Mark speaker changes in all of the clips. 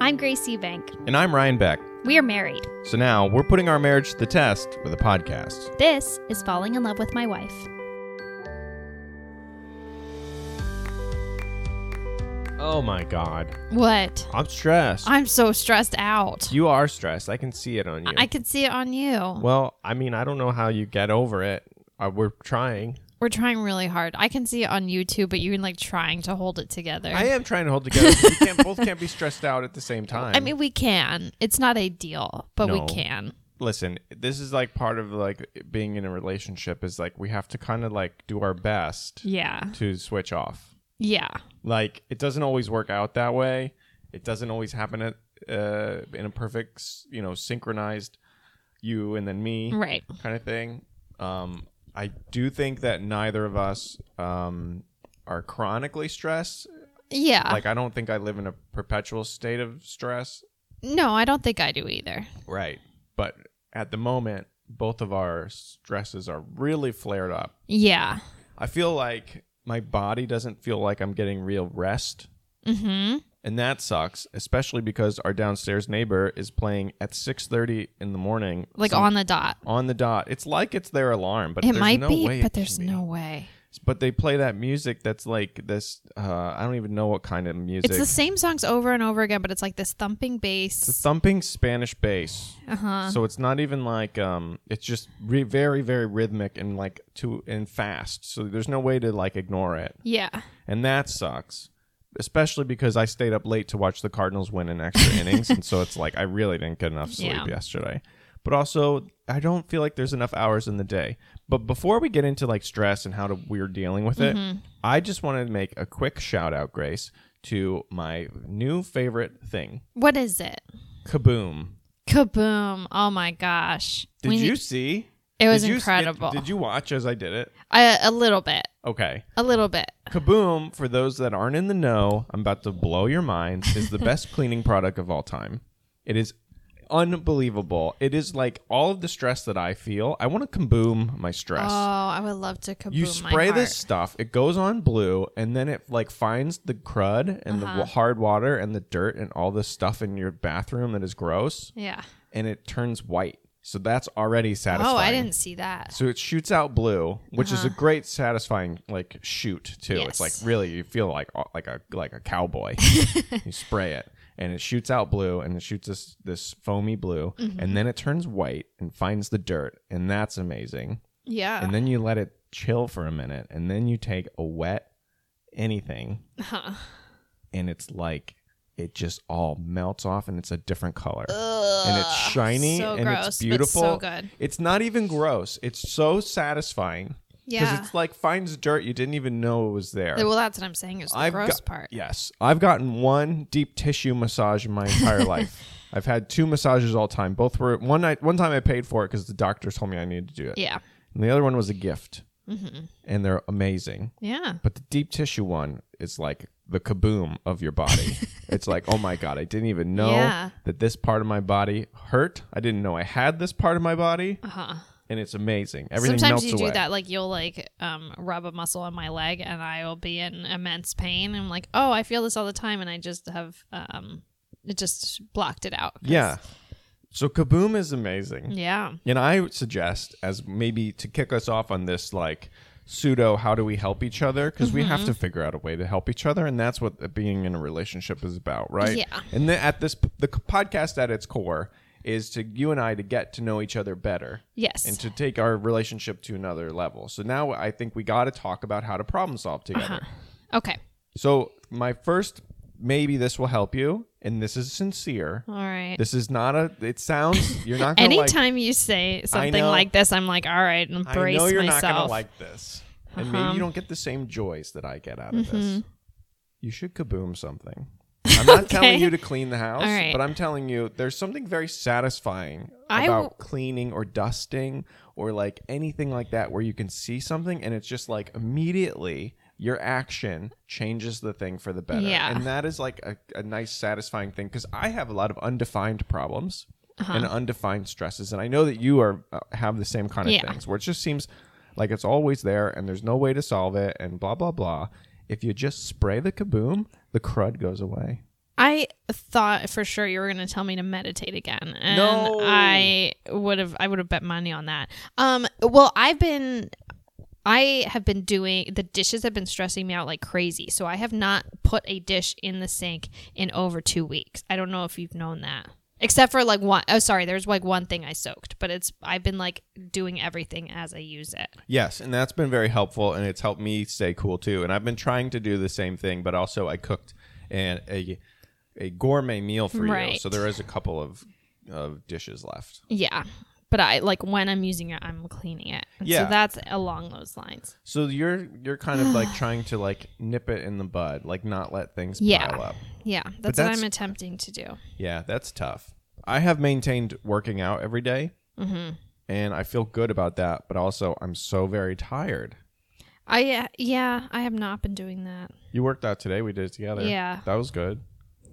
Speaker 1: I'm Grace Eubank.
Speaker 2: And I'm Ryan Beck.
Speaker 1: We are married.
Speaker 2: So now we're putting our marriage to the test with a podcast.
Speaker 1: This is Falling in Love with My Wife.
Speaker 2: Oh my God.
Speaker 1: What?
Speaker 2: I'm stressed.
Speaker 1: I'm so stressed out.
Speaker 2: you are stressed. I can see it on you.
Speaker 1: I could see it on you.
Speaker 2: well, I mean, I don't know how you get over it. Uh, we're trying.
Speaker 1: We're trying really hard. I can see it on you too, but you're like trying to hold it together.
Speaker 2: I am trying to hold together. but we can't, both can't be stressed out at the same time.
Speaker 1: I mean, we can. It's not ideal, but we
Speaker 2: No.
Speaker 1: can.
Speaker 2: listen, this is like part of like being in a relationship is like we have to kind of like do our best
Speaker 1: Yeah.
Speaker 2: to switch off.
Speaker 1: Yeah.
Speaker 2: like it doesn't always work out that way it doesn't always happen at, uh, in a perfect s- you know synchronized you and then me
Speaker 1: Right.
Speaker 2: kind of thing um, i do think that neither of us um, are chronically stressed
Speaker 1: Yeah.
Speaker 2: like i don't think i live in a perpetual state of stress
Speaker 1: no, I don't think I do either.
Speaker 2: right but at the moment both of our stresses are really flared up
Speaker 1: Yeah.
Speaker 2: i feel like my body doesn't feel like i'm getting real rest
Speaker 1: Mm-hmm.
Speaker 2: and that sucks especially because our downstairs neighbor is playing at 6.30 in the morning
Speaker 1: Like
Speaker 2: some-
Speaker 1: on the dot.
Speaker 2: on the dot it's like it's their alarm but
Speaker 1: It
Speaker 2: there's
Speaker 1: might
Speaker 2: no way
Speaker 1: be,
Speaker 2: it
Speaker 1: but
Speaker 2: can
Speaker 1: there's
Speaker 2: be.
Speaker 1: no way.
Speaker 2: but they play that music that's like this uh, i don't even know what kind of music
Speaker 1: It's the same songs over and over again, but it's like this thumping
Speaker 2: It's a
Speaker 1: bass.
Speaker 2: thumping spanish bass
Speaker 1: Uh huh.
Speaker 2: so it's not even like um it's just re- very very rhythmic and like too and fast so there's no way to like ignore it
Speaker 1: Yeah.
Speaker 2: and that sucks especially because i stayed up late to watch the cardinals win in extra innings and so it's like i really didn't get enough sleep
Speaker 1: Yeah.
Speaker 2: yesterday but also i don't feel like there's enough hours in the day but before we get into like stress and how to, we're dealing with it
Speaker 1: Mm-hmm.
Speaker 2: i just wanted to make a quick shout out grace to my new favorite thing
Speaker 1: What is it?
Speaker 2: kaboom
Speaker 1: Kaboom. Oh my gosh.
Speaker 2: did
Speaker 1: We
Speaker 2: you
Speaker 1: need-
Speaker 2: see
Speaker 1: It was
Speaker 2: Did you see it?
Speaker 1: incredible.
Speaker 2: did you watch as i did it
Speaker 1: I- uh, a little bit.
Speaker 2: okay
Speaker 1: A little bit.
Speaker 2: Kaboom, for those that aren't in the know, I'm about to blow your mind, is the best cleaning product of all time. It is unbelievable. It is like all of the stress that I feel. I want to kaboom my stress.
Speaker 1: Oh, I would love to kaboom.
Speaker 2: you
Speaker 1: my
Speaker 2: spray
Speaker 1: heart.
Speaker 2: this stuff, it goes on blue, and then it like finds the crud and
Speaker 1: Uh-huh.
Speaker 2: the hard water and the dirt and all this stuff in your bathroom that is gross,
Speaker 1: Yeah.
Speaker 2: and it turns white. So that's already satisfying.
Speaker 1: Oh, I didn't see that.
Speaker 2: So it shoots out blue, which is a great satisfying like shoot too. It's like
Speaker 1: Uh-huh. Yes.
Speaker 2: really you feel like uh, like a like a cowboy. you spray it and it shoots out blue and it shoots this this foamy blue
Speaker 1: Mm-hmm.
Speaker 2: and then it turns white and finds the dirt and that's amazing.
Speaker 1: Yeah.
Speaker 2: And then you let it chill for a minute and then you take a wet anything
Speaker 1: Huh.
Speaker 2: and it's like it just all melts off and it's a different color. and it's shiny
Speaker 1: so
Speaker 2: and
Speaker 1: gross,
Speaker 2: it's
Speaker 1: but
Speaker 2: beautiful.
Speaker 1: so good.
Speaker 2: It's not even gross. It's so satisfying.
Speaker 1: Yeah.
Speaker 2: it's like finds dirt you didn't even know it was there.
Speaker 1: Well, that's what I'm saying is the
Speaker 2: I've
Speaker 1: gross
Speaker 2: got-
Speaker 1: part.
Speaker 2: Yes. I've gotten one deep tissue massage in my entire life. I've had two massages all time. Both were one night one time I paid for it because the doctor told me I needed to do it.
Speaker 1: Yeah. Mm-hmm.
Speaker 2: And the other one was a gift. And they're amazing.
Speaker 1: Yeah.
Speaker 2: But the deep tissue one is like the kaboom of your body. it's like, oh my God, I didn't even know
Speaker 1: Yeah.
Speaker 2: that this part of my body hurt. I didn't know I had this part of my body.
Speaker 1: Uh-huh.
Speaker 2: And it's amazing. Everything
Speaker 1: Sometimes
Speaker 2: melts
Speaker 1: you do
Speaker 2: away.
Speaker 1: that, like you'll like um, rub a muscle on my leg, and I will be in immense pain. I'm like, oh, I feel this all the time, and I just have um, it just blocked it out. 'cause-
Speaker 2: Yeah. So kaboom is amazing.
Speaker 1: yeah,
Speaker 2: And I would suggest, as maybe to kick us off on this, like pseudo how do we help each other? Because we
Speaker 1: Mm-hmm.
Speaker 2: have to figure out a way to help each other, and that's what the being in a relationship is about, right?
Speaker 1: Yeah.
Speaker 2: And then at this, p- the c- podcast at its core is to you and I to get to know each other better
Speaker 1: yes,
Speaker 2: and to take our relationship to another level. So now I think we got to talk about how to problem solve
Speaker 1: Uh-huh.
Speaker 2: together.
Speaker 1: okay,
Speaker 2: So my first, maybe this will help you, and this is sincere.
Speaker 1: all right.
Speaker 2: This is not a. It sounds you're not gonna like.
Speaker 1: Anytime you say something
Speaker 2: know-
Speaker 1: like this, I'm like, all right, embrace
Speaker 2: I know you're
Speaker 1: myself.
Speaker 2: not gonna like this, and
Speaker 1: Uh-huh.
Speaker 2: maybe you don't get the same joys that I get out of
Speaker 1: Mm-hmm.
Speaker 2: this. You should kaboom something. I'm not telling you to clean the house,
Speaker 1: All right.
Speaker 2: but I'm telling you there's something very satisfying
Speaker 1: I
Speaker 2: about
Speaker 1: w-
Speaker 2: cleaning or dusting or like anything like that where you can see something and it's just like immediately your action changes the thing for the better.
Speaker 1: Yeah.
Speaker 2: And that is like a, a nice satisfying thing because I have a lot of undefined problems
Speaker 1: Uh-huh.
Speaker 2: and undefined stresses. And I know that you are uh, have the same kind of
Speaker 1: Yeah.
Speaker 2: things where it just seems like it's always there and there's no way to solve it and blah, blah, blah. If you just spray the kaboom, the crud goes away.
Speaker 1: I thought for sure you were going to tell me to meditate again, and
Speaker 2: No.
Speaker 1: I would have. I would have bet money on that. Um. Well, I've been. I have been doing the dishes have been stressing me out like crazy, so I have not put a dish in the sink in over two weeks. I don't know if you've known that, except for like one oh sorry, there's like one thing I soaked, but it's I've been like doing everything as I use it.
Speaker 2: Yes, and that's been very helpful, and it's helped me stay cool too. And I've been trying to do the same thing, but also I cooked an, a a gourmet meal for you,
Speaker 1: Right.
Speaker 2: so there is a couple of of dishes left.
Speaker 1: Yeah, but I like when I'm using it, I'm cleaning it. And
Speaker 2: Yeah.
Speaker 1: so that's along those lines.
Speaker 2: So you're you're kind of like trying to like nip it in the bud, like not let things
Speaker 1: Yeah.
Speaker 2: pile up.
Speaker 1: Yeah, that's,
Speaker 2: that's-
Speaker 1: what I'm attempting to do.
Speaker 2: Yeah, that's tough. I have maintained working out every day,
Speaker 1: Mm-hmm.
Speaker 2: and I feel good about that. But also, I'm so very tired.
Speaker 1: I uh, yeah, I have not been doing that.
Speaker 2: You worked out today. We did it together.
Speaker 1: Yeah.
Speaker 2: that was good.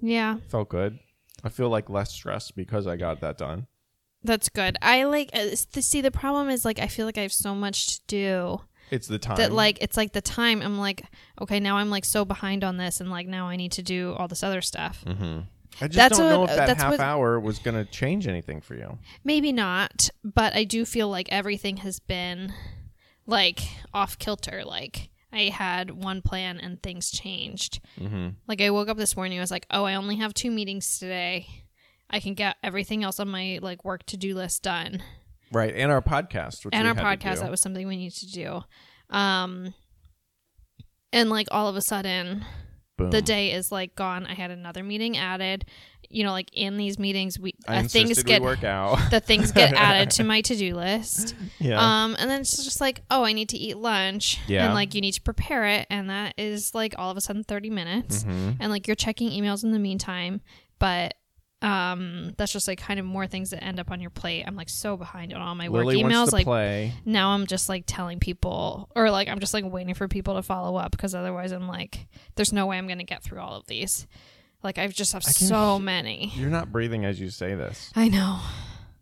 Speaker 1: Yeah,
Speaker 2: Felt good. I feel like less stressed because I got that done.
Speaker 1: that's good. I like uh, s- the, see the problem is like I feel like I have so much to do
Speaker 2: It's the time.
Speaker 1: that like it's like the time I'm like okay now I'm like so behind on this and like now I need to do all this other stuff.
Speaker 2: I just
Speaker 1: that's
Speaker 2: don't know
Speaker 1: what-
Speaker 2: if that
Speaker 1: that's
Speaker 2: half
Speaker 1: what-
Speaker 2: hour was going to change anything for you.
Speaker 1: Maybe not, but I do feel like everything has been like off kilter. Like I had one plan and things changed.
Speaker 2: Mm-hmm.
Speaker 1: Like I woke up this morning, I was like, oh, I only have two meetings today. I can get everything else on my like work to do list done,
Speaker 2: Right, and our podcast, which
Speaker 1: and
Speaker 2: we
Speaker 1: our
Speaker 2: had to
Speaker 1: podcast
Speaker 2: do.
Speaker 1: that was something we need to do. Um, and like all of a sudden,
Speaker 2: Boom.
Speaker 1: the day is like gone. I had another meeting added. You know, like in these meetings, we
Speaker 2: I
Speaker 1: uh,
Speaker 2: insisted
Speaker 1: things
Speaker 2: we
Speaker 1: get
Speaker 2: work out.
Speaker 1: the things get added to my to do list.
Speaker 2: yeah,
Speaker 1: Um, and then it's just like, oh, I need to eat lunch.
Speaker 2: Yeah.
Speaker 1: And like, you need to prepare it. And that is like all of a sudden 30
Speaker 2: Mm-hmm.
Speaker 1: minutes. And like, you're checking emails in the meantime. But um, that's just like kind of more things that end up on your plate. I'm like so behind on all my work
Speaker 2: Lily wants
Speaker 1: emails.
Speaker 2: to
Speaker 1: Like,
Speaker 2: play.
Speaker 1: now I'm just like telling people, or like, I'm just like waiting for people to follow up because otherwise I'm like, there's no way I'm going to get through all of these. Like, I just have
Speaker 2: can
Speaker 1: so many.
Speaker 2: You're not breathing as you say this.
Speaker 1: I know.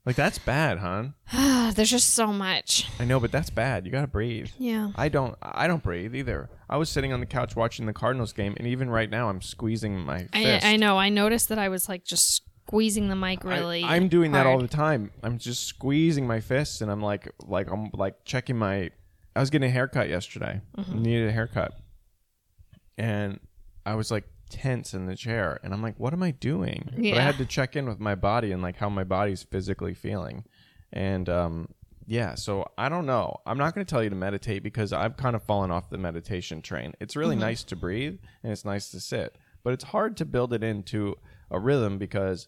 Speaker 2: Like that's bad, hon.
Speaker 1: There's just so much.
Speaker 2: I know, but that's bad. You got to breathe.
Speaker 1: Yeah.
Speaker 2: I don't. I don't breathe either. I was sitting on the couch watching the Cardinals game, and even right now, I'm squeezing my fist.
Speaker 1: I, I know. I noticed that I was like just squeezing the mic really.
Speaker 2: am doing that all the
Speaker 1: hard.
Speaker 2: time. I'm just squeezing my fists, and I'm like, like I'm like checking my. I was getting a haircut yesterday.
Speaker 1: Mm-hmm.
Speaker 2: Needed a haircut, and I was like tense in the chair, and I'm like, what am I doing? But I
Speaker 1: Yeah.
Speaker 2: had to check in with my body and like how my body's physically feeling, and um. Yeah, so I don't know. I'm not going to tell you to meditate because I've kind of fallen off the meditation train. It's really nice to breathe and it's nice to sit, but it's hard to build it into a rhythm because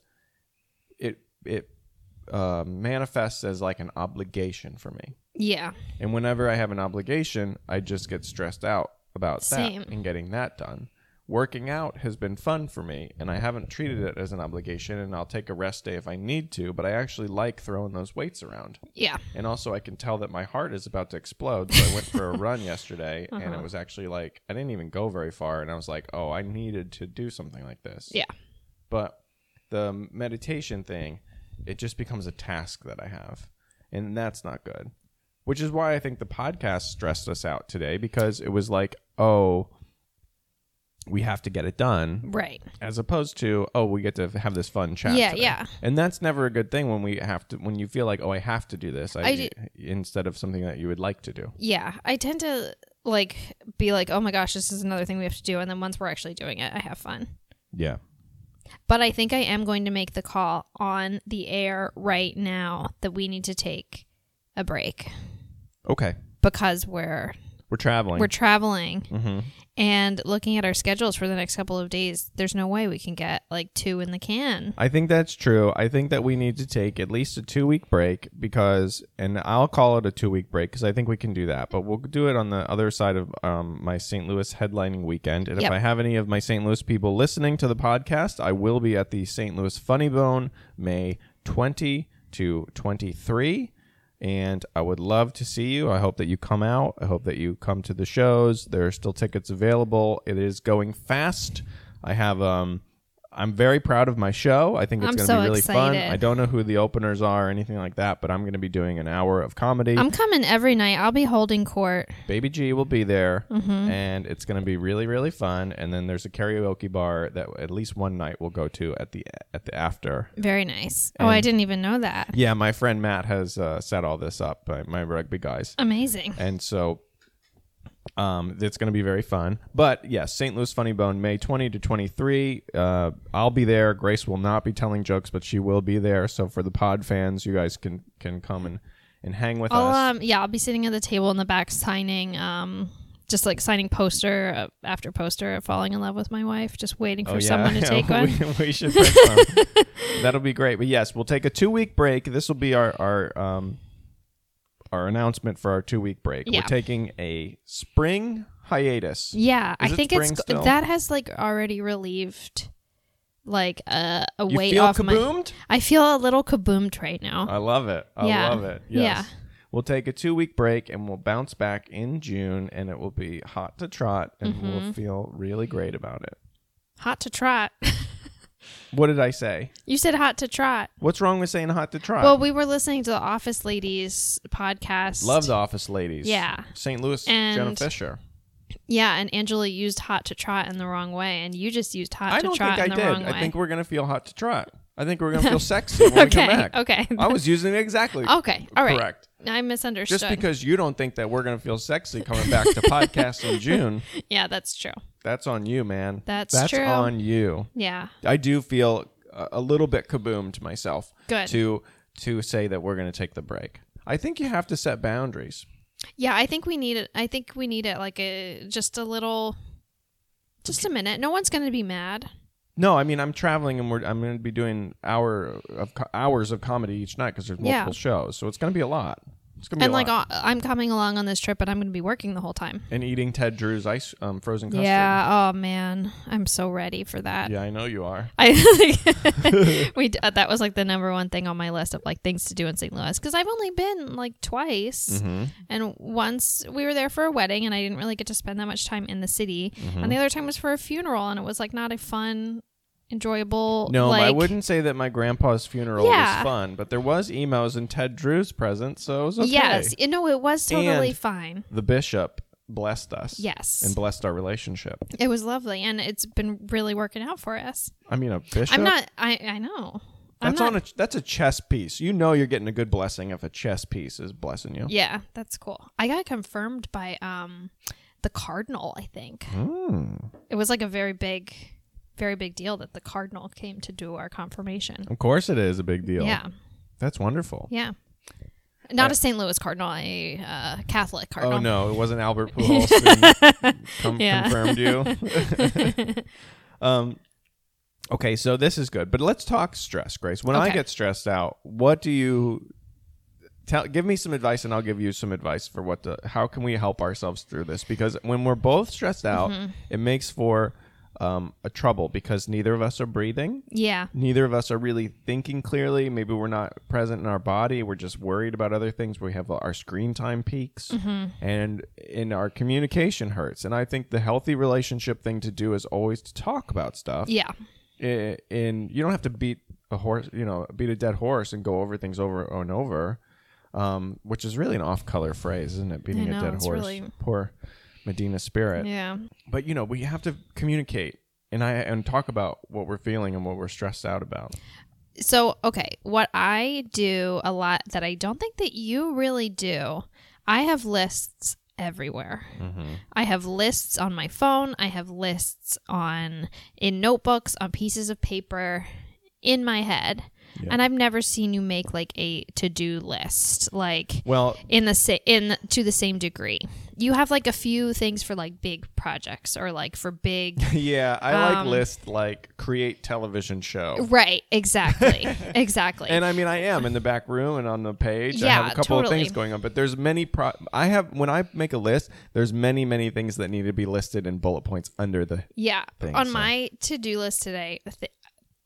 Speaker 2: it it uh, manifests as like an obligation for me.
Speaker 1: Yeah.
Speaker 2: And whenever I have an obligation, I just get stressed out about
Speaker 1: Same.
Speaker 2: that and getting that done. Working out has been fun for me, and I haven't treated it as an obligation. And I'll take a rest day if I need to, but I actually like throwing those weights around.
Speaker 1: Yeah.
Speaker 2: And also, I can tell that my heart is about to explode. So I went for a run yesterday, and it was actually like I didn't even go very far, and I was like, "Oh, I needed to do something like this."
Speaker 1: Yeah.
Speaker 2: But the meditation thing, it just becomes a task that I have, and that's not good. Which is why I think the podcast stressed us out today because it was like, "Oh, we have to get it done,"
Speaker 1: Right.
Speaker 2: as opposed to, "Oh, we get to have this fun chat."
Speaker 1: Yeah,
Speaker 2: today."
Speaker 1: yeah.
Speaker 2: And that's never a good thing when we have to when you feel like, "Oh, I have to do this," I,
Speaker 1: I do-
Speaker 2: instead of something that you would like to do.
Speaker 1: Yeah. I tend to like be like, oh my gosh, this is another thing we have to do. And then once we're actually doing it, I have fun.
Speaker 2: Yeah.
Speaker 1: But I think I am going to make the call on the air right now that we need to take a break
Speaker 2: Okay.
Speaker 1: because we're
Speaker 2: We're traveling.
Speaker 1: we're traveling
Speaker 2: Mm-hmm.
Speaker 1: and looking at our schedules for the next couple of days there's no way we can get like two in the can
Speaker 2: I think that's true. I think that we need to take at least a two week break because, and I'll call it a two week break because I think we can do that. But we'll do it on the other side of um, my St. Louis headlining weekend. And if
Speaker 1: Yep.
Speaker 2: I have any of my St. Louis people listening to the podcast, I will be at the St. Louis Funny Bone May 20 to 23. And I would love to see you. I hope that you come out. I hope that you come to the shows. There are still tickets available. It is going fast. I have um I'm very proud of my show. I think it's
Speaker 1: I'm
Speaker 2: going to
Speaker 1: so
Speaker 2: be really fun.
Speaker 1: excited.
Speaker 2: I don't know who the openers are or anything like that, but I'm going to be doing an hour of comedy.
Speaker 1: I'm coming every night. I'll be holding court.
Speaker 2: Baby G will be there,
Speaker 1: Mm-hmm.
Speaker 2: and it's going to be really, really fun. And then there's a karaoke bar that at least one night we'll go to at the at the after.
Speaker 1: Very nice. oh, I didn't even know that.
Speaker 2: Yeah, my friend Matt has uh, set all this up. My, my rugby guys,
Speaker 1: Amazing.
Speaker 2: and so um, it's going to be very fun. But yes, St. Louis Funny Bone, May 20 to 23. Uh, I'll be there. Grace will not be telling jokes, but she will be there. So for the pod fans, you guys can can come and and hang with us.
Speaker 1: I'll um yeah, I'll be sitting at the table in the back signing um just like signing poster uh, after poster of falling in love with my wife, just waiting for someone to take
Speaker 2: Oh, we,
Speaker 1: one.
Speaker 2: We should bring some. That'll be great. But yes, we'll take a two week break. This will be our our um our announcement for our two week break.
Speaker 1: Yeah.
Speaker 2: We're taking a spring hiatus.
Speaker 1: Yeah, I
Speaker 2: it
Speaker 1: think
Speaker 2: spring
Speaker 1: it's
Speaker 2: still?
Speaker 1: that has like already relieved like a, a
Speaker 2: You
Speaker 1: weight
Speaker 2: feel
Speaker 1: off my.
Speaker 2: kaboomed?
Speaker 1: I feel a little kaboomed right now.
Speaker 2: I love it. I
Speaker 1: Yeah.
Speaker 2: love it. Yes.
Speaker 1: Yeah.
Speaker 2: We'll take a two week break and we'll bounce back in June and it will be hot to trot and
Speaker 1: Mm-hmm.
Speaker 2: we'll feel really great about it.
Speaker 1: hot to trot.
Speaker 2: What did I say?
Speaker 1: you said hot to trot.
Speaker 2: What's wrong with saying hot to trot?
Speaker 1: Well, we were listening to the Office Ladies podcast.
Speaker 2: love the office ladies.
Speaker 1: Yeah.
Speaker 2: St. Louis, Jenna
Speaker 1: And-
Speaker 2: Fisher.
Speaker 1: Yeah, and Angela used hot to trot in the wrong way, and you just used hot
Speaker 2: I
Speaker 1: to
Speaker 2: don't
Speaker 1: trot
Speaker 2: think I
Speaker 1: in the wrong
Speaker 2: did.
Speaker 1: way.
Speaker 2: I think we're gonna feel hot to trot. I think we're gonna feel sexy when we
Speaker 1: okay,
Speaker 2: come back.
Speaker 1: okay,
Speaker 2: I was using it exactly.
Speaker 1: okay, all right.
Speaker 2: Correct.
Speaker 1: I misunderstood.
Speaker 2: Just because you don't think that we're gonna feel sexy coming back to podcast in June,
Speaker 1: yeah, that's true.
Speaker 2: that's on you, man.
Speaker 1: That's
Speaker 2: that's
Speaker 1: true.
Speaker 2: on you.
Speaker 1: Yeah,
Speaker 2: I do feel a, a little bit kaboomed myself.
Speaker 1: Good.
Speaker 2: To to say that we're gonna take the break. I think you have to set boundaries.
Speaker 1: yeah. I think we need it. I think we need it like a just a little, just a minute. No one's gonna be mad.
Speaker 2: No, I mean I'm traveling and we're I'm gonna be doing hour of co- hours of comedy each night because there's
Speaker 1: Yeah.
Speaker 2: multiple shows, so it's gonna be a lot. It's gonna be
Speaker 1: And
Speaker 2: a
Speaker 1: like,
Speaker 2: lot.
Speaker 1: uh, I'm coming along on this trip, but I'm gonna be working the whole time.
Speaker 2: and eating Ted Drew's ice um, frozen custard.
Speaker 1: Yeah. Oh man, I'm so ready for that.
Speaker 2: Yeah, I know you are.
Speaker 1: I we d- uh, that was like the number one thing on my list of like things to do in St. Louis because I've only been like twice,
Speaker 2: Mm-hmm.
Speaker 1: and once we were there for a wedding, and I didn't really get to spend that much time in the city,
Speaker 2: Mm-hmm.
Speaker 1: and the other time was for a funeral, and it was like not a fun, enjoyable.
Speaker 2: No,
Speaker 1: like,
Speaker 2: I wouldn't say that my grandpa's funeral was
Speaker 1: Yeah.
Speaker 2: fun, but there was emos and Ted Drew's present, so it was okay.
Speaker 1: Yes, you know it was totally
Speaker 2: And-
Speaker 1: fine.
Speaker 2: The bishop blessed us.
Speaker 1: Yes.
Speaker 2: And blessed our relationship.
Speaker 1: It was lovely, and it's been really working out for us.
Speaker 2: I mean, a bishop.
Speaker 1: I'm not. I I know. I'm
Speaker 2: That's
Speaker 1: not.
Speaker 2: on a that's a chess piece. You know you're getting a good blessing if a chess piece is blessing you.
Speaker 1: yeah, that's cool. I got confirmed by um, the cardinal. I think.
Speaker 2: Mm,
Speaker 1: it was like a very big very big deal that the cardinal came to do our confirmation
Speaker 2: of course it is a big deal.
Speaker 1: yeah
Speaker 2: That's wonderful.
Speaker 1: yeah not a st louis cardinal a uh, catholic cardinal
Speaker 2: Uh, Oh no, it wasn't Albert Pujols who com-
Speaker 1: Yeah.
Speaker 2: confirmed you. um, okay, so this is good, but let's talk stress, Grace. When I
Speaker 1: Okay.
Speaker 2: get stressed out, what do you tell? Give me some advice, and I'll give you some advice for what to. How can we help ourselves through this? Because when we're both stressed out,
Speaker 1: Mm-hmm.
Speaker 2: it makes for um, a trouble because neither of us are breathing.
Speaker 1: yeah
Speaker 2: Neither of us are really thinking clearly. Maybe we're not present in our body. We're just worried about other things. We have our screen time peaks
Speaker 1: Mm-hmm.
Speaker 2: and in our communication hurts. And I think the healthy relationship thing to do is always to talk about stuff.
Speaker 1: yeah
Speaker 2: I- And you don't have to beat a horse, you know, beat a dead horse and go over things over and over, um, which is really an off color phrase, isn't it? Beating
Speaker 1: know,
Speaker 2: a dead
Speaker 1: it's
Speaker 2: horse.
Speaker 1: really-
Speaker 2: Poor Medina spirit
Speaker 1: yeah
Speaker 2: but you know we have to communicate and i and talk about what we're feeling and what we're stressed out about
Speaker 1: so okay what i do a lot that i don't think that you really do i have lists everywhere i have lists on my phone i have lists on in notebooks on pieces of paper in my head and i've never seen you make like a to-do list like
Speaker 2: well
Speaker 1: in the sa- in to the same degree you have like a few things for like big projects or like for big
Speaker 2: yeah i
Speaker 1: Um,
Speaker 2: like list like create television show
Speaker 1: right exactly exactly
Speaker 2: and i mean i am in the back room and on the page i have
Speaker 1: Yeah,
Speaker 2: a couple of
Speaker 1: totally.
Speaker 2: things going on but there's many pro i have when i make a list there's many many things that need to be listed in bullet points under the
Speaker 1: Yeah.
Speaker 2: thing,
Speaker 1: On
Speaker 2: so-
Speaker 1: my to do list today, th-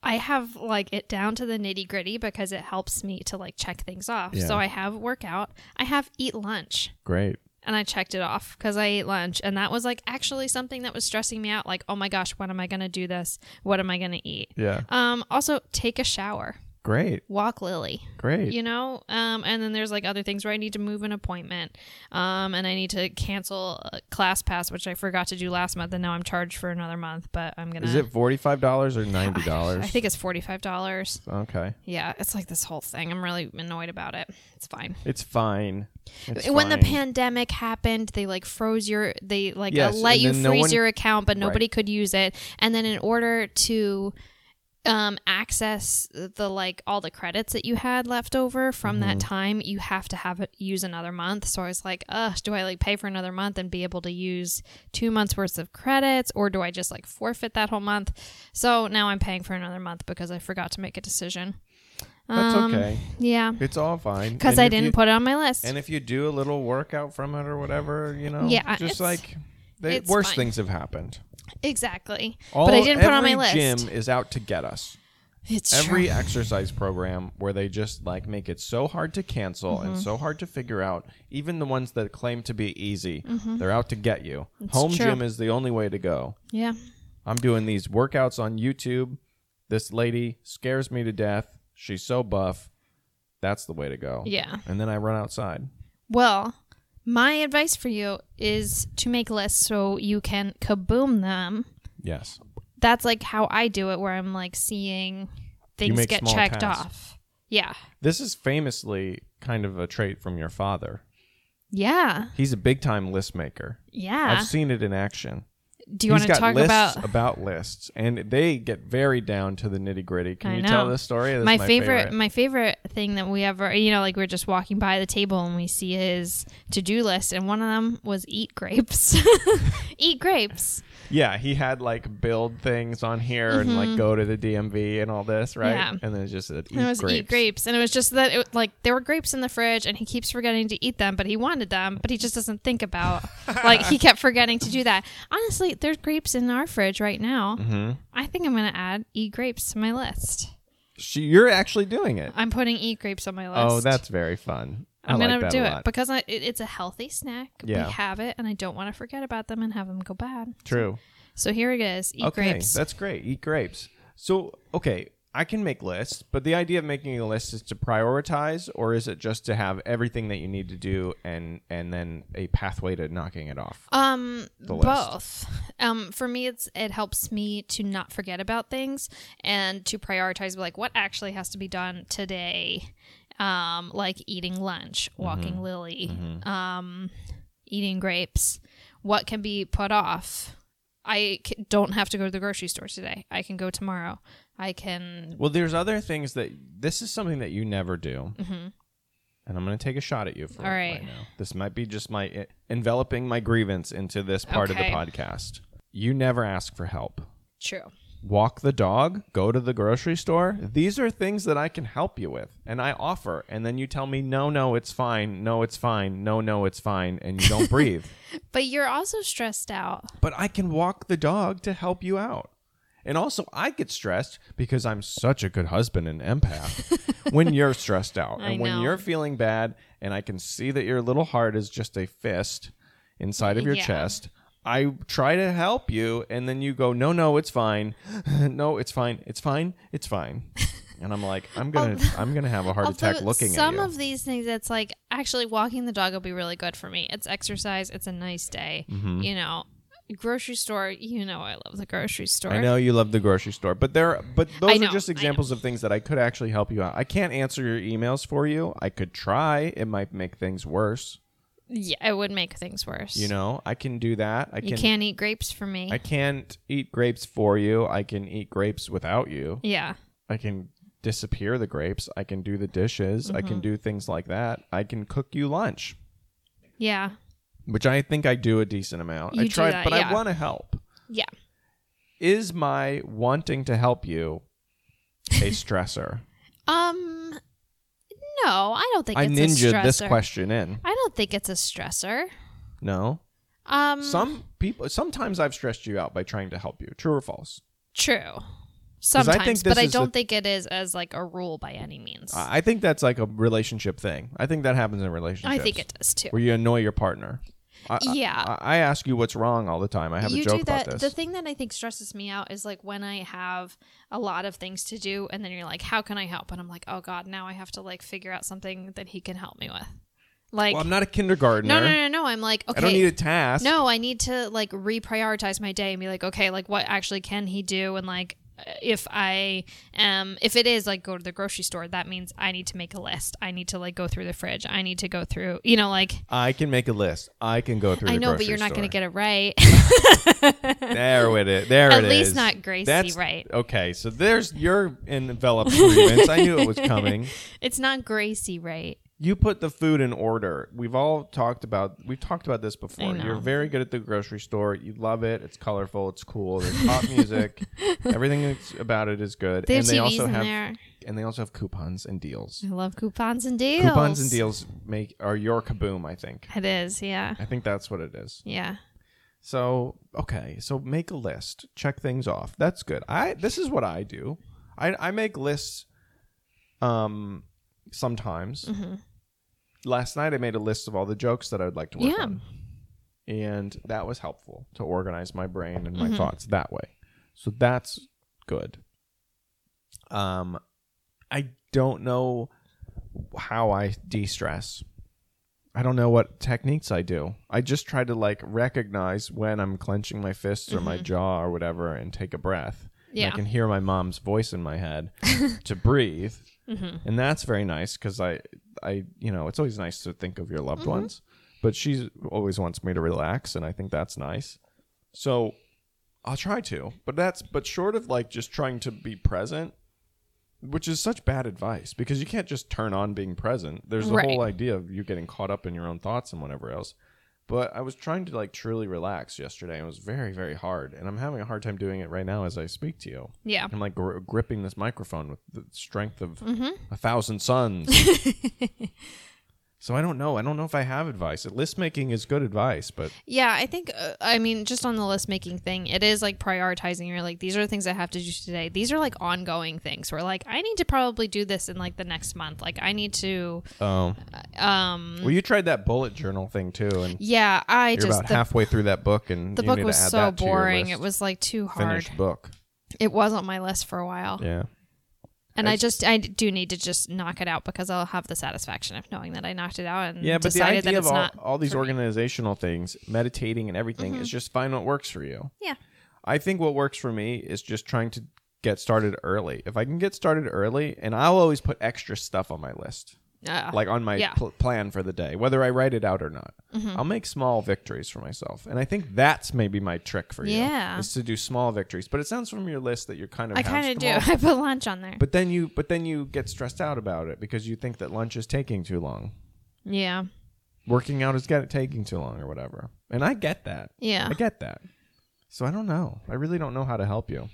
Speaker 1: I have like it down to the nitty gritty because it helps me to like check things off.
Speaker 2: Yeah.
Speaker 1: So I have workout, I have eat lunch,
Speaker 2: great
Speaker 1: and I checked it off because I ate lunch. And that was like actually something that was stressing me out. Like, oh my gosh, when am I going to do this? What am I going to eat?
Speaker 2: Yeah.
Speaker 1: Um, also, take a shower,
Speaker 2: Great.
Speaker 1: walk Lily
Speaker 2: Great.
Speaker 1: you know um, and then there's like other things where i need to move an appointment um, and i need to cancel a class pass which i forgot to do last month and now i'm charged for another month but i'm gonna
Speaker 2: Is it forty five dollars or ninety
Speaker 1: i
Speaker 2: dollars?
Speaker 1: think it's $45
Speaker 2: Okay.
Speaker 1: yeah it's like this whole thing i'm really annoyed about it it's fine
Speaker 2: It's fine. It's
Speaker 1: when the
Speaker 2: fine.
Speaker 1: pandemic happened, they like froze your, they like uh,
Speaker 2: Yes,
Speaker 1: let
Speaker 2: and
Speaker 1: you freeze
Speaker 2: then no one-
Speaker 1: your account, but nobody could use it. And then in order to um, access the like all the credits that you had left over from that
Speaker 2: Mm-hmm.
Speaker 1: time, you have to have it use another month. So I was like, ugh, do I like pay for another month and be able to use two months worth of credits, or do I just like forfeit that whole month? So now I'm paying for another month because I forgot to make a decision.
Speaker 2: That's
Speaker 1: Um,
Speaker 2: okay.
Speaker 1: Yeah,
Speaker 2: It's all fine.
Speaker 1: because
Speaker 2: And
Speaker 1: I
Speaker 2: if
Speaker 1: didn't
Speaker 2: you-
Speaker 1: put it on my list.
Speaker 2: And if you do a little workout from it or whatever, you know,
Speaker 1: Yeah, it's-
Speaker 2: just like the
Speaker 1: it's
Speaker 2: worse
Speaker 1: fine.
Speaker 2: things have happened.
Speaker 1: Exactly. but I didn't put it on my
Speaker 2: every
Speaker 1: list.
Speaker 2: Gym is out to get us.
Speaker 1: it's
Speaker 2: every
Speaker 1: true.
Speaker 2: exercise program where they just like make it so hard to cancel
Speaker 1: Mm-hmm.
Speaker 2: and so hard to figure out even the ones that claim to be easy they're out to get you home
Speaker 1: Mm-hmm. true.
Speaker 2: gym is the only way to go
Speaker 1: Yeah.
Speaker 2: i'm doing these workouts on youtube this lady scares me to death she's so buff that's the way to go
Speaker 1: Yeah.
Speaker 2: and then i run outside
Speaker 1: Well, my advice for you is to make lists so you can kaboom them.
Speaker 2: yes
Speaker 1: That's like how I do it, where I'm like seeing things
Speaker 2: make
Speaker 1: get
Speaker 2: small
Speaker 1: checked
Speaker 2: tasks.
Speaker 1: off. Yeah.
Speaker 2: this is famously kind of a trait from your father
Speaker 1: Yeah.
Speaker 2: he's a big time list maker
Speaker 1: Yeah.
Speaker 2: i've seen it in action
Speaker 1: do you want
Speaker 2: He's
Speaker 1: to
Speaker 2: got
Speaker 1: talk
Speaker 2: lists
Speaker 1: about
Speaker 2: lists, and they get very down to the nitty gritty. Can
Speaker 1: I
Speaker 2: you tell
Speaker 1: know.
Speaker 2: this story? That's
Speaker 1: my, favorite, my favorite thing that we ever you know like we we're just walking by the table and we see his to-do list and one of them was eat grapes eat grapes
Speaker 2: Yeah, he had like build things on here and like go to the DMV and all this, right?
Speaker 1: Mm-hmm. Yeah.
Speaker 2: And then it just said, eat
Speaker 1: And it was
Speaker 2: grapes.
Speaker 1: eat grapes, and it was just that it like there were grapes in the fridge, and he keeps forgetting to eat them, but he wanted them, but he just doesn't think about like he kept forgetting to do that. Honestly, there's grapes in our fridge right now.
Speaker 2: Mm-hmm.
Speaker 1: I think I'm gonna add eat grapes to my list.
Speaker 2: She, you're actually doing it.
Speaker 1: I'm putting eat grapes on my list.
Speaker 2: Oh, that's very fun. I
Speaker 1: I'm
Speaker 2: like
Speaker 1: gonna
Speaker 2: that
Speaker 1: do
Speaker 2: a
Speaker 1: it
Speaker 2: lot.
Speaker 1: because I, it, it's a healthy snack.
Speaker 2: Yeah.
Speaker 1: We have it, and I don't want to forget about them and have them go bad.
Speaker 2: True.
Speaker 1: So here it is, eat
Speaker 2: okay,
Speaker 1: grapes.
Speaker 2: that's great. Eat grapes. So, okay, I can make lists, but the idea of making a list is to prioritize, or is it just to have everything that you need to do and and then a pathway to knocking it off?
Speaker 1: Um,
Speaker 2: list.
Speaker 1: both. Um, for me, it's it helps me to not forget about things and to prioritize like what actually has to be done today. Um, like eating lunch, walking Lily, um, eating grapes. What can be put off? I c- don't have to go to the grocery store today. I can go tomorrow. I can.
Speaker 2: Well, there's other things that this is something that you never do. And I'm going to take a shot at you for
Speaker 1: Mm-hmm. All
Speaker 2: it
Speaker 1: right.
Speaker 2: right now. This might be just my eh, enveloping my grievance into this part
Speaker 1: Okay.
Speaker 2: of the podcast. You never ask for help.
Speaker 1: True.
Speaker 2: Walk the dog, go to the grocery store. These are things that I can help you with and I offer. And then you tell me, no, no, it's fine. No, it's fine. No, no, it's fine. And you don't breathe.
Speaker 1: But you're also stressed out.
Speaker 2: But I can walk the dog to help you out. And also, I get stressed because I'm such a good husband and empath when you're stressed out.
Speaker 1: I
Speaker 2: and when
Speaker 1: know.
Speaker 2: you're feeling bad, and I can see that your little heart is just a fist inside of your
Speaker 1: Yeah.
Speaker 2: chest, I try to help you. And then you go, No, no, it's fine. no, it's fine. It's fine. It's fine. And I'm like, I'm gonna, I'm gonna have a heart attack
Speaker 1: Although
Speaker 2: looking
Speaker 1: some
Speaker 2: at you.
Speaker 1: of these things it's like actually walking the dog will be really good for me it's exercise it's a nice day
Speaker 2: Mm-hmm.
Speaker 1: you know grocery store you know i love the grocery store
Speaker 2: I know you love the grocery store, but there, but those
Speaker 1: know,
Speaker 2: are just
Speaker 1: I know.
Speaker 2: examples of things that I could actually help you out. I can't answer your emails for you. I could try. It might make things worse.
Speaker 1: yeah it would make things worse
Speaker 2: You know, I can do that. I
Speaker 1: you
Speaker 2: can.
Speaker 1: can't eat grapes for me
Speaker 2: I can't eat grapes for you. I can eat grapes without you.
Speaker 1: yeah
Speaker 2: I can disappear the grapes. I can do the dishes. I
Speaker 1: Mm-hmm.
Speaker 2: can do things like that. I can cook you lunch,
Speaker 1: yeah
Speaker 2: which I think I do a decent amount.
Speaker 1: You
Speaker 2: I
Speaker 1: do
Speaker 2: try,
Speaker 1: that,
Speaker 2: but I
Speaker 1: yeah.
Speaker 2: want to help.
Speaker 1: yeah
Speaker 2: Is my wanting to help you a stressor?
Speaker 1: um no i don't think
Speaker 2: I
Speaker 1: it's a
Speaker 2: ninja
Speaker 1: stressor
Speaker 2: this question in.
Speaker 1: i don't think it's a stressor
Speaker 2: No.
Speaker 1: um
Speaker 2: Some people sometimes I've stressed you out by trying to help you. True or false?
Speaker 1: true
Speaker 2: I
Speaker 1: sometimes
Speaker 2: think
Speaker 1: but
Speaker 2: this
Speaker 1: i
Speaker 2: is Ah, the-
Speaker 1: don't think it is as like a rule by any means
Speaker 2: I I think that's like a relationship thing. I think that happens in relationships.
Speaker 1: I think it does too
Speaker 2: where you uh, annoy your partner. I, I-
Speaker 1: Yeah.
Speaker 2: I, I ask you what's wrong all the time. I have
Speaker 1: you
Speaker 2: a joke
Speaker 1: do that.
Speaker 2: about
Speaker 1: The
Speaker 2: this.
Speaker 1: thing that I think stresses me out is like when I have a lot of things to do, and then you're like, "How can I help?" And I'm like, "Oh God, now I have to like figure out something that he can help me with." Like,
Speaker 2: well, I'm not a kindergartner.
Speaker 1: no, no, no, no. I'm like, okay,
Speaker 2: I don't need a task.
Speaker 1: no, I need to like reprioritize my day and be like, okay, like what actually can he do? And like, if I um, if it is like go to the grocery store, that means I need to make a list. I need to like go through the fridge. I need to go through, you know, like
Speaker 2: I can make a list. I can go through.
Speaker 1: I
Speaker 2: the
Speaker 1: know, but
Speaker 2: grocery
Speaker 1: you're not going to
Speaker 2: store.
Speaker 1: get it right.
Speaker 2: there it is. There
Speaker 1: At
Speaker 2: it
Speaker 1: least
Speaker 2: is.
Speaker 1: not Gracie, right.
Speaker 2: Okay, so there's your enveloped grievance. I knew it was coming.
Speaker 1: it's not Gracie, right?
Speaker 2: You put the food in order. We've all talked about we've talked about this before.
Speaker 1: know.
Speaker 2: You're very good at the grocery store. You love it. It's colorful. It's cool. There's pop music. Everything that's about it is good.
Speaker 1: There's
Speaker 2: and they
Speaker 1: TVs
Speaker 2: also
Speaker 1: in
Speaker 2: have
Speaker 1: there.
Speaker 2: and they also have coupons and deals.
Speaker 1: I love coupons and deals.
Speaker 2: Coupons and deals make are your kaboom. I think.
Speaker 1: It is, yeah,
Speaker 2: I think that's what it is.
Speaker 1: yeah.
Speaker 2: So okay, so make a list, check things off. That's good. I this is what I do. I I make lists. Um, sometimes.
Speaker 1: Mm-hmm.
Speaker 2: Last night I made a list of all the jokes that I would like to work
Speaker 1: Yeah.
Speaker 2: on, and that was helpful to organize my brain and my
Speaker 1: Mm-hmm.
Speaker 2: thoughts that way. So that's good. Um, I don't know how I de stress. I don't know what techniques I do. I just try to like recognize when I'm clenching my fists or my jaw or whatever and take a breath. And
Speaker 1: Mm-hmm. Yeah.
Speaker 2: I can hear my mom's voice in my head to breathe.
Speaker 1: Mm-hmm.
Speaker 2: And that's very nice because I, I, you know, it's always nice to think of your loved ones, but she always wants me to relax. And I think that's nice. So I'll try to, but that's, but short of like just trying to be present, which is such bad advice because you can't just turn on being present. There's the
Speaker 1: Right.
Speaker 2: whole idea of you getting caught up in your own thoughts and whatever else. But I was trying to like truly relax yesterday. and It was very, very hard. And I'm having a hard time doing it right now as I speak to you.
Speaker 1: Yeah.
Speaker 2: I'm like gr- gripping this microphone with the strength of
Speaker 1: Mm-hmm.
Speaker 2: a thousand suns. so I don't know. I don't know if I have advice. List making is good advice, but
Speaker 1: Yeah, I think uh, I mean just on the list making thing, it is like prioritizing. You're like, these are the things I have to do today. These are like ongoing things. Where like I need to probably do this in like the next month. Like I need to.
Speaker 2: um,
Speaker 1: um
Speaker 2: well, you tried that bullet journal thing too, and
Speaker 1: Yeah, I
Speaker 2: you're
Speaker 1: just
Speaker 2: about
Speaker 1: the,
Speaker 2: halfway through that book, and
Speaker 1: the
Speaker 2: you
Speaker 1: book
Speaker 2: need to
Speaker 1: was
Speaker 2: add
Speaker 1: so
Speaker 2: that to your
Speaker 1: boring.
Speaker 2: list.
Speaker 1: It was like too hard.
Speaker 2: finished book.
Speaker 1: It was on my list for a while,
Speaker 2: Yeah.
Speaker 1: and I, just I do need to just knock it out because I'll have the satisfaction of knowing that I knocked it out and
Speaker 2: Yeah, but the
Speaker 1: decided that
Speaker 2: idea
Speaker 1: it's
Speaker 2: of all,
Speaker 1: not. Mm-hmm.
Speaker 2: all these organizational things, meditating and everything, is just find what works for you.
Speaker 1: Yeah.
Speaker 2: I think what works for me is just trying to get started early. If I can get started early, and I'll always put extra stuff on my list,
Speaker 1: Uh,
Speaker 2: like on my
Speaker 1: yeah. Mm-hmm.
Speaker 2: pl- plan for the day, whether I write it out or not. I'll make small victories for myself, and I think that's maybe my trick for you.
Speaker 1: Yeah.
Speaker 2: is to do small victories. But it sounds from your list that you're kind of
Speaker 1: I
Speaker 2: have
Speaker 1: kind of do.
Speaker 2: small-
Speaker 1: I put lunch on there.
Speaker 2: But then you, but then you get stressed out about it because you think that lunch is taking too long
Speaker 1: yeah,
Speaker 2: working out is get taking too long or whatever. And I get that.
Speaker 1: yeah.
Speaker 2: I get that. So I don't know. I really don't know how to help you.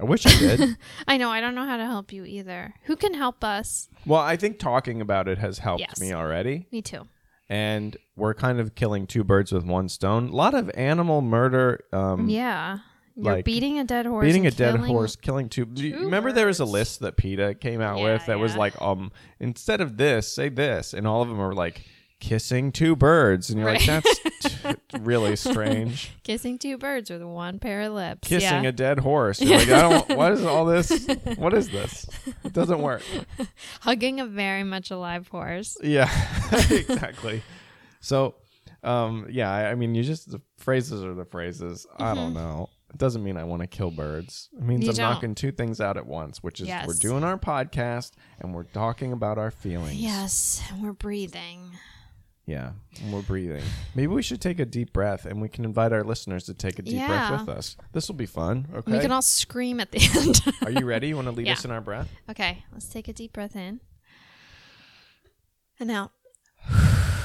Speaker 2: I wish I did.
Speaker 1: I know. I don't know how to help you either. Who can help us?
Speaker 2: well, I think talking about it has helped
Speaker 1: Yes.
Speaker 2: me already.
Speaker 1: Me too.
Speaker 2: And we're kind of killing two birds with one stone. A lot of animal murder, um,
Speaker 1: Yeah. You're
Speaker 2: Like,
Speaker 1: beating a dead horse.
Speaker 2: beating a
Speaker 1: and
Speaker 2: dead
Speaker 1: killing-
Speaker 2: horse, killing two. Do you
Speaker 1: two
Speaker 2: remember there was a
Speaker 1: birds.
Speaker 2: list that PETA came out
Speaker 1: Yeah,
Speaker 2: with that was
Speaker 1: yeah.
Speaker 2: like, um, instead of this, say this. And all of them are like, kissing two birds. And you're like, that's t- really strange.
Speaker 1: Kissing two birds with one pair of lips.
Speaker 2: kissing
Speaker 1: yeah.
Speaker 2: a dead horse. You're like, I don't. What is all this? What is this? It doesn't work.
Speaker 1: Hugging a very much alive horse.
Speaker 2: Yeah, exactly. So, um, yeah, I, I mean, you just the phrases are the phrases. I don't know. It doesn't mean I want to kill birds. It means
Speaker 1: Mm-hmm. You
Speaker 2: I'm
Speaker 1: don't.
Speaker 2: knocking two things out at once, which is
Speaker 1: Yes.
Speaker 2: we're doing our podcast and we're talking about our feelings.
Speaker 1: Yes, and we're breathing.
Speaker 2: Yeah, and we're breathing. Maybe we should take a deep breath, and we can invite our listeners to take a deep
Speaker 1: Yeah.
Speaker 2: breath with us. This will be fun.
Speaker 1: And
Speaker 2: Okay.
Speaker 1: We can all scream at the end.
Speaker 2: are you ready? You want to lead
Speaker 1: Yeah.
Speaker 2: us in our breath?
Speaker 1: okay, let's take a deep breath in and out. I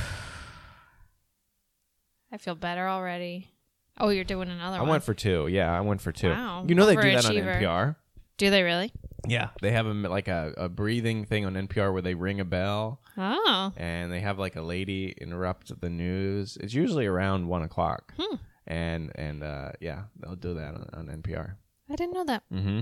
Speaker 1: feel better already. Oh, you're doing another
Speaker 2: I
Speaker 1: one.
Speaker 2: went for two. Yeah, I went for two.
Speaker 1: Wow,
Speaker 2: You know they do that on
Speaker 1: overachiever.
Speaker 2: NPR.
Speaker 1: Do they really?
Speaker 2: Yeah, they have a m like a, a breathing thing on NPR where they ring a bell
Speaker 1: Oh,
Speaker 2: and they have like a lady interrupt the news. It's usually around one o'clock.
Speaker 1: Hmm.
Speaker 2: And and uh, yeah, they'll do that on, on NPR.
Speaker 1: I didn't know that.
Speaker 2: Mm-hmm.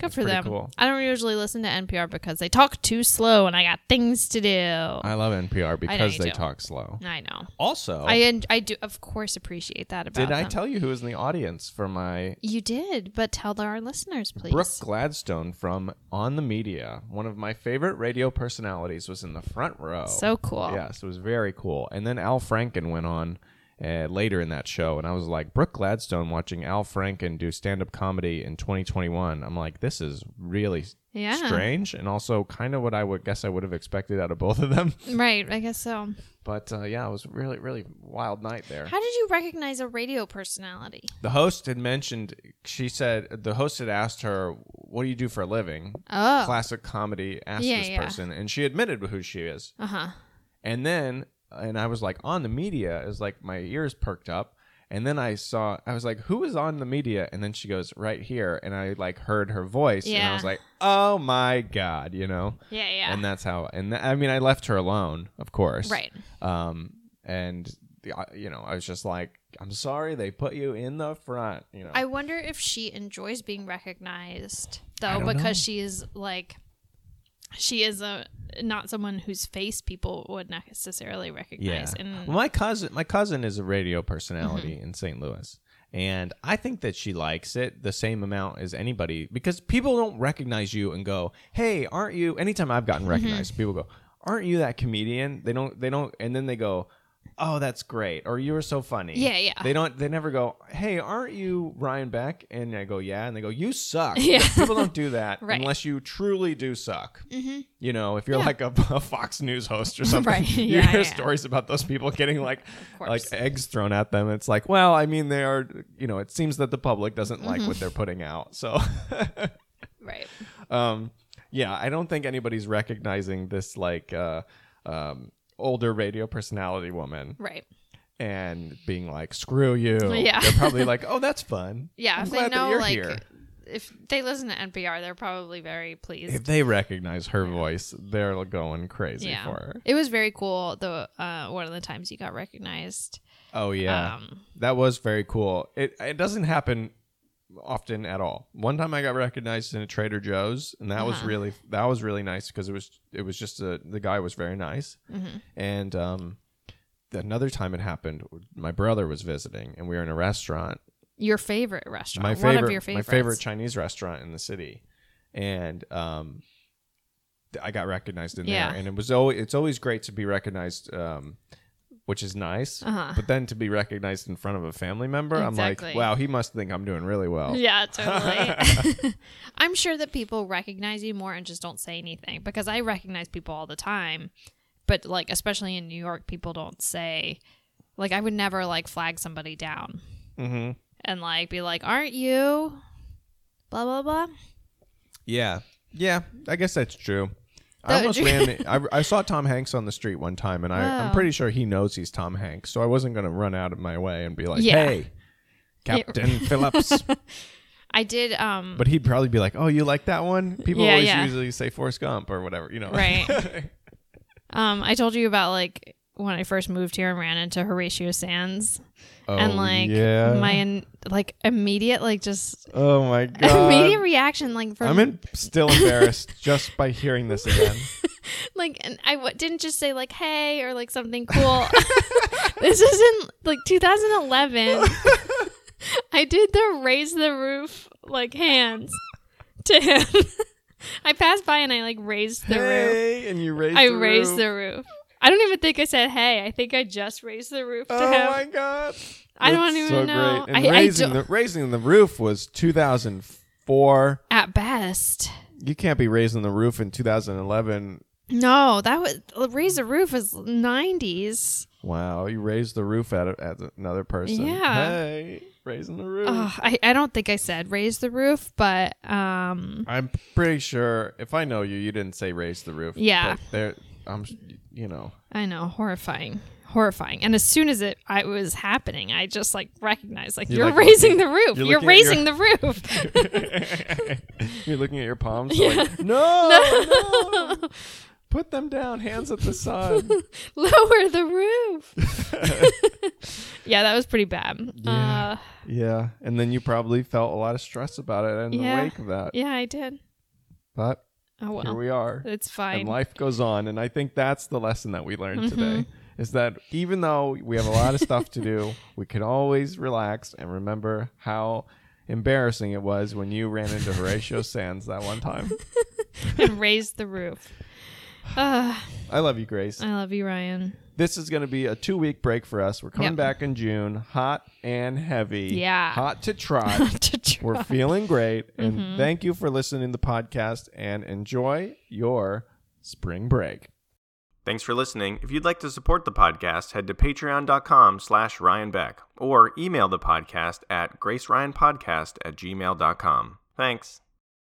Speaker 1: Good for
Speaker 2: pretty
Speaker 1: them.
Speaker 2: cool.
Speaker 1: I don't usually listen to NPR because they talk too slow and I got things to do. I,
Speaker 2: I love NPR because
Speaker 1: you
Speaker 2: they
Speaker 1: do.
Speaker 2: talk slow.
Speaker 1: know.
Speaker 2: Also,
Speaker 1: I en- I do of course appreciate that about
Speaker 2: did I
Speaker 1: them.
Speaker 2: tell you who was in the audience for my
Speaker 1: you did, but tell our listeners please.
Speaker 2: Brooke Gladstone from On the Media, one of my favorite radio personalities, was in the front row.
Speaker 1: So cool.
Speaker 2: Yes, it was very cool. And then Al Franken went on uh, later in that show, and I was like, Brooke Gladstone watching Al Franken do stand up comedy in 2021. I'm like, this is really
Speaker 1: Yeah.
Speaker 2: strange, and also kind of what I would guess I would have expected out of both of them.
Speaker 1: Right, I guess so.
Speaker 2: But uh, yeah, it was really, really wild night there.
Speaker 1: How did you recognize a radio personality?
Speaker 2: The host had mentioned, she said, the host had asked her, What do you do for a living?
Speaker 1: Oh.
Speaker 2: Classic comedy, asked
Speaker 1: Yeah,
Speaker 2: this
Speaker 1: yeah.
Speaker 2: person, and she admitted who she is.
Speaker 1: Uh-huh.
Speaker 2: And then, and I was like, On the media is like, my ears perked up. And then I saw, I was like, Who is on the media? And then she goes, Right here. And I like heard her voice, and I
Speaker 1: Yeah.
Speaker 2: was like, Oh my God, you know?
Speaker 1: Yeah, yeah.
Speaker 2: And that's how, and tha- I mean, I left her alone, of course.
Speaker 1: Right.
Speaker 2: Um, and, the, I- you know, I was just like, I'm sorry they put you in the front, you know.
Speaker 1: I wonder if she enjoys being recognized though,
Speaker 2: don't
Speaker 1: because
Speaker 2: know.
Speaker 1: she is like, she is a not someone whose face people would necessarily recognize. And
Speaker 2: well, my cousin, my cousin is a radio personality
Speaker 1: Mm-hmm.
Speaker 2: in St. Louis, and I think that she likes it the same amount as anybody because people don't recognize you and go, "Hey, aren't you?" Anytime I've
Speaker 1: Mm-hmm.
Speaker 2: gotten recognized, people go, "Aren't you that comedian?" They don't. They don't. And then they go. Oh, that's great! Or you were so funny.
Speaker 1: Yeah, yeah.
Speaker 2: They don't. They never go. Hey, aren't you Ryan Beck? And I go, yeah. And they go, you suck.
Speaker 1: Yeah.
Speaker 2: People don't do that
Speaker 1: Right.
Speaker 2: unless you truly do suck. Mm-hmm. You know, if you're like a, a Fox News host or something,
Speaker 1: Right.
Speaker 2: you
Speaker 1: Yeah,
Speaker 2: hear
Speaker 1: yeah.
Speaker 2: stories about those people getting like like
Speaker 1: course.
Speaker 2: eggs thrown at them. It's like, well, I mean, they are. You know, it seems that the public doesn't like
Speaker 1: Mm-hmm.
Speaker 2: what they're putting out. So,
Speaker 1: right,
Speaker 2: um, yeah, I don't think anybody's recognizing this like uh, um, older radio personality woman
Speaker 1: right,
Speaker 2: and being like, "Screw you."
Speaker 1: Yeah.
Speaker 2: They're probably like, "Oh, that's fun."
Speaker 1: yeah.
Speaker 2: I'm
Speaker 1: if they
Speaker 2: glad that
Speaker 1: know,
Speaker 2: you're
Speaker 1: like,
Speaker 2: here.
Speaker 1: if they listen to NPR, they're probably very pleased.
Speaker 2: If they recognize her voice, they're going crazy
Speaker 1: yeah,
Speaker 2: for her.
Speaker 1: it was very cool. The uh, one of the times you got recognized.
Speaker 2: Oh yeah,
Speaker 1: Um,
Speaker 2: that was very cool. It it doesn't happen often at all. One time I got recognized in a Trader Joe's, and that was
Speaker 1: Uh-huh.
Speaker 2: really that was really nice because it was it was just a, the guy was very nice,
Speaker 1: mm-hmm.
Speaker 2: and um, another time it happened. My brother was visiting, and we were in a restaurant,
Speaker 1: your favorite restaurant.
Speaker 2: my favorite,
Speaker 1: one of your
Speaker 2: my
Speaker 1: favorites.
Speaker 2: favorite Chinese restaurant in the city, and um, th- I got recognized in
Speaker 1: Yeah.
Speaker 2: there, and it was always it's always great to be recognized, um, which is nice.
Speaker 1: Uh-huh.
Speaker 2: But then to be recognized in front of a family member, I'm
Speaker 1: Exactly.
Speaker 2: like, wow, he must think I'm doing really well.
Speaker 1: Yeah, totally. I'm sure that people recognize you more and just don't say anything because I recognize people all the time. But like especially in New York, people don't say like I would never like flag somebody down
Speaker 2: hmm
Speaker 1: and like be like, "Aren't you?" blah blah blah.
Speaker 2: Yeah, yeah, I guess that's true. I
Speaker 1: That-
Speaker 2: almost ran. I, I saw Tom Hanks on the street one time, and I, I'm
Speaker 1: Wow.
Speaker 2: pretty sure he knows he's Tom Hanks. So I wasn't going to run out of my way and be like,
Speaker 1: Yeah.
Speaker 2: "Hey, Captain Phillips."
Speaker 1: I did um
Speaker 2: But he'd probably be like, "Oh, you like that one?" People
Speaker 1: Yeah,
Speaker 2: always
Speaker 1: yeah.
Speaker 2: usually say Forrest Gump or whatever, you know.
Speaker 1: Right. um I told you about like when I first moved here and ran into Horatio Sands
Speaker 2: oh,
Speaker 1: and like
Speaker 2: yeah.
Speaker 1: my in, like immediate like just
Speaker 2: oh my
Speaker 1: immediate
Speaker 2: god.
Speaker 1: reaction like from
Speaker 2: I'm in, still embarrassed just by hearing this again.
Speaker 1: like and I w- didn't just say like hey or like something cool. this is in like 2011. I did the raise the roof like hands to him. I passed by and I like raised the roof.
Speaker 2: hey, and you raised.
Speaker 1: I
Speaker 2: the
Speaker 1: raised
Speaker 2: roof.
Speaker 1: the roof. I don't even think I said hey. I think I just raised the roof to
Speaker 2: Oh
Speaker 1: him.
Speaker 2: my god.
Speaker 1: I don't
Speaker 2: That's
Speaker 1: even
Speaker 2: so
Speaker 1: know.
Speaker 2: Great. And
Speaker 1: I- I
Speaker 2: raising
Speaker 1: don't-
Speaker 2: the raising the roof was 2004.
Speaker 1: At best.
Speaker 2: You can't be raising the roof in 2011.
Speaker 1: No, that was raise the roof is 90s.
Speaker 2: Wow, you raised the roof at, a- at another person.
Speaker 1: Yeah.
Speaker 2: Hey, raising the roof.
Speaker 1: Ugh, I, I don't think I said raise the roof, but um
Speaker 2: I'm pretty sure if I know you, you didn't say raise the roof.
Speaker 1: Yeah.
Speaker 2: But there, I'm, you know,
Speaker 1: I know, horrifying, horrifying. And as soon as it I was happening, I just like recognized, like
Speaker 2: You're,
Speaker 1: you're,
Speaker 2: like,
Speaker 1: raising
Speaker 2: looking-
Speaker 1: the roof,
Speaker 2: you're
Speaker 1: you're,
Speaker 2: looking at
Speaker 1: raising the roof.
Speaker 2: you're looking at your palms. Like, no, no. Put them down, hands at the sun.
Speaker 1: Lower the roof. yeah, that was pretty bad.
Speaker 2: Yeah.
Speaker 1: Uh,
Speaker 2: yeah. And then you probably felt a lot of stress about it in the
Speaker 1: Yeah.
Speaker 2: wake of that.
Speaker 1: yeah, I did.
Speaker 2: But
Speaker 1: Oh
Speaker 2: here
Speaker 1: well,
Speaker 2: we are.
Speaker 1: it's fine. Mm-hmm.
Speaker 2: and life goes on and i think that's the lesson that we learned today is that even though we have a lot of stuff to do we can always relax and remember how embarrassing it was when you ran into horatio sands that one time
Speaker 1: and raise the roof. Uh,
Speaker 2: i love you grace
Speaker 1: I love you, Ryan.
Speaker 2: this is going to be a two week break for us we're coming
Speaker 1: Yep.
Speaker 2: back in june hot and heavy
Speaker 1: Yeah.
Speaker 2: hot to trot
Speaker 1: To Mm-hmm. try.
Speaker 2: we're feeling great and thank you for listening to the podcast and enjoy your spring break
Speaker 3: Thanks for listening. If you'd like to support the podcast, head to patreon.com slash Ryan Beck or email the podcast at graceryanpodcast at gmail.com. Thanks.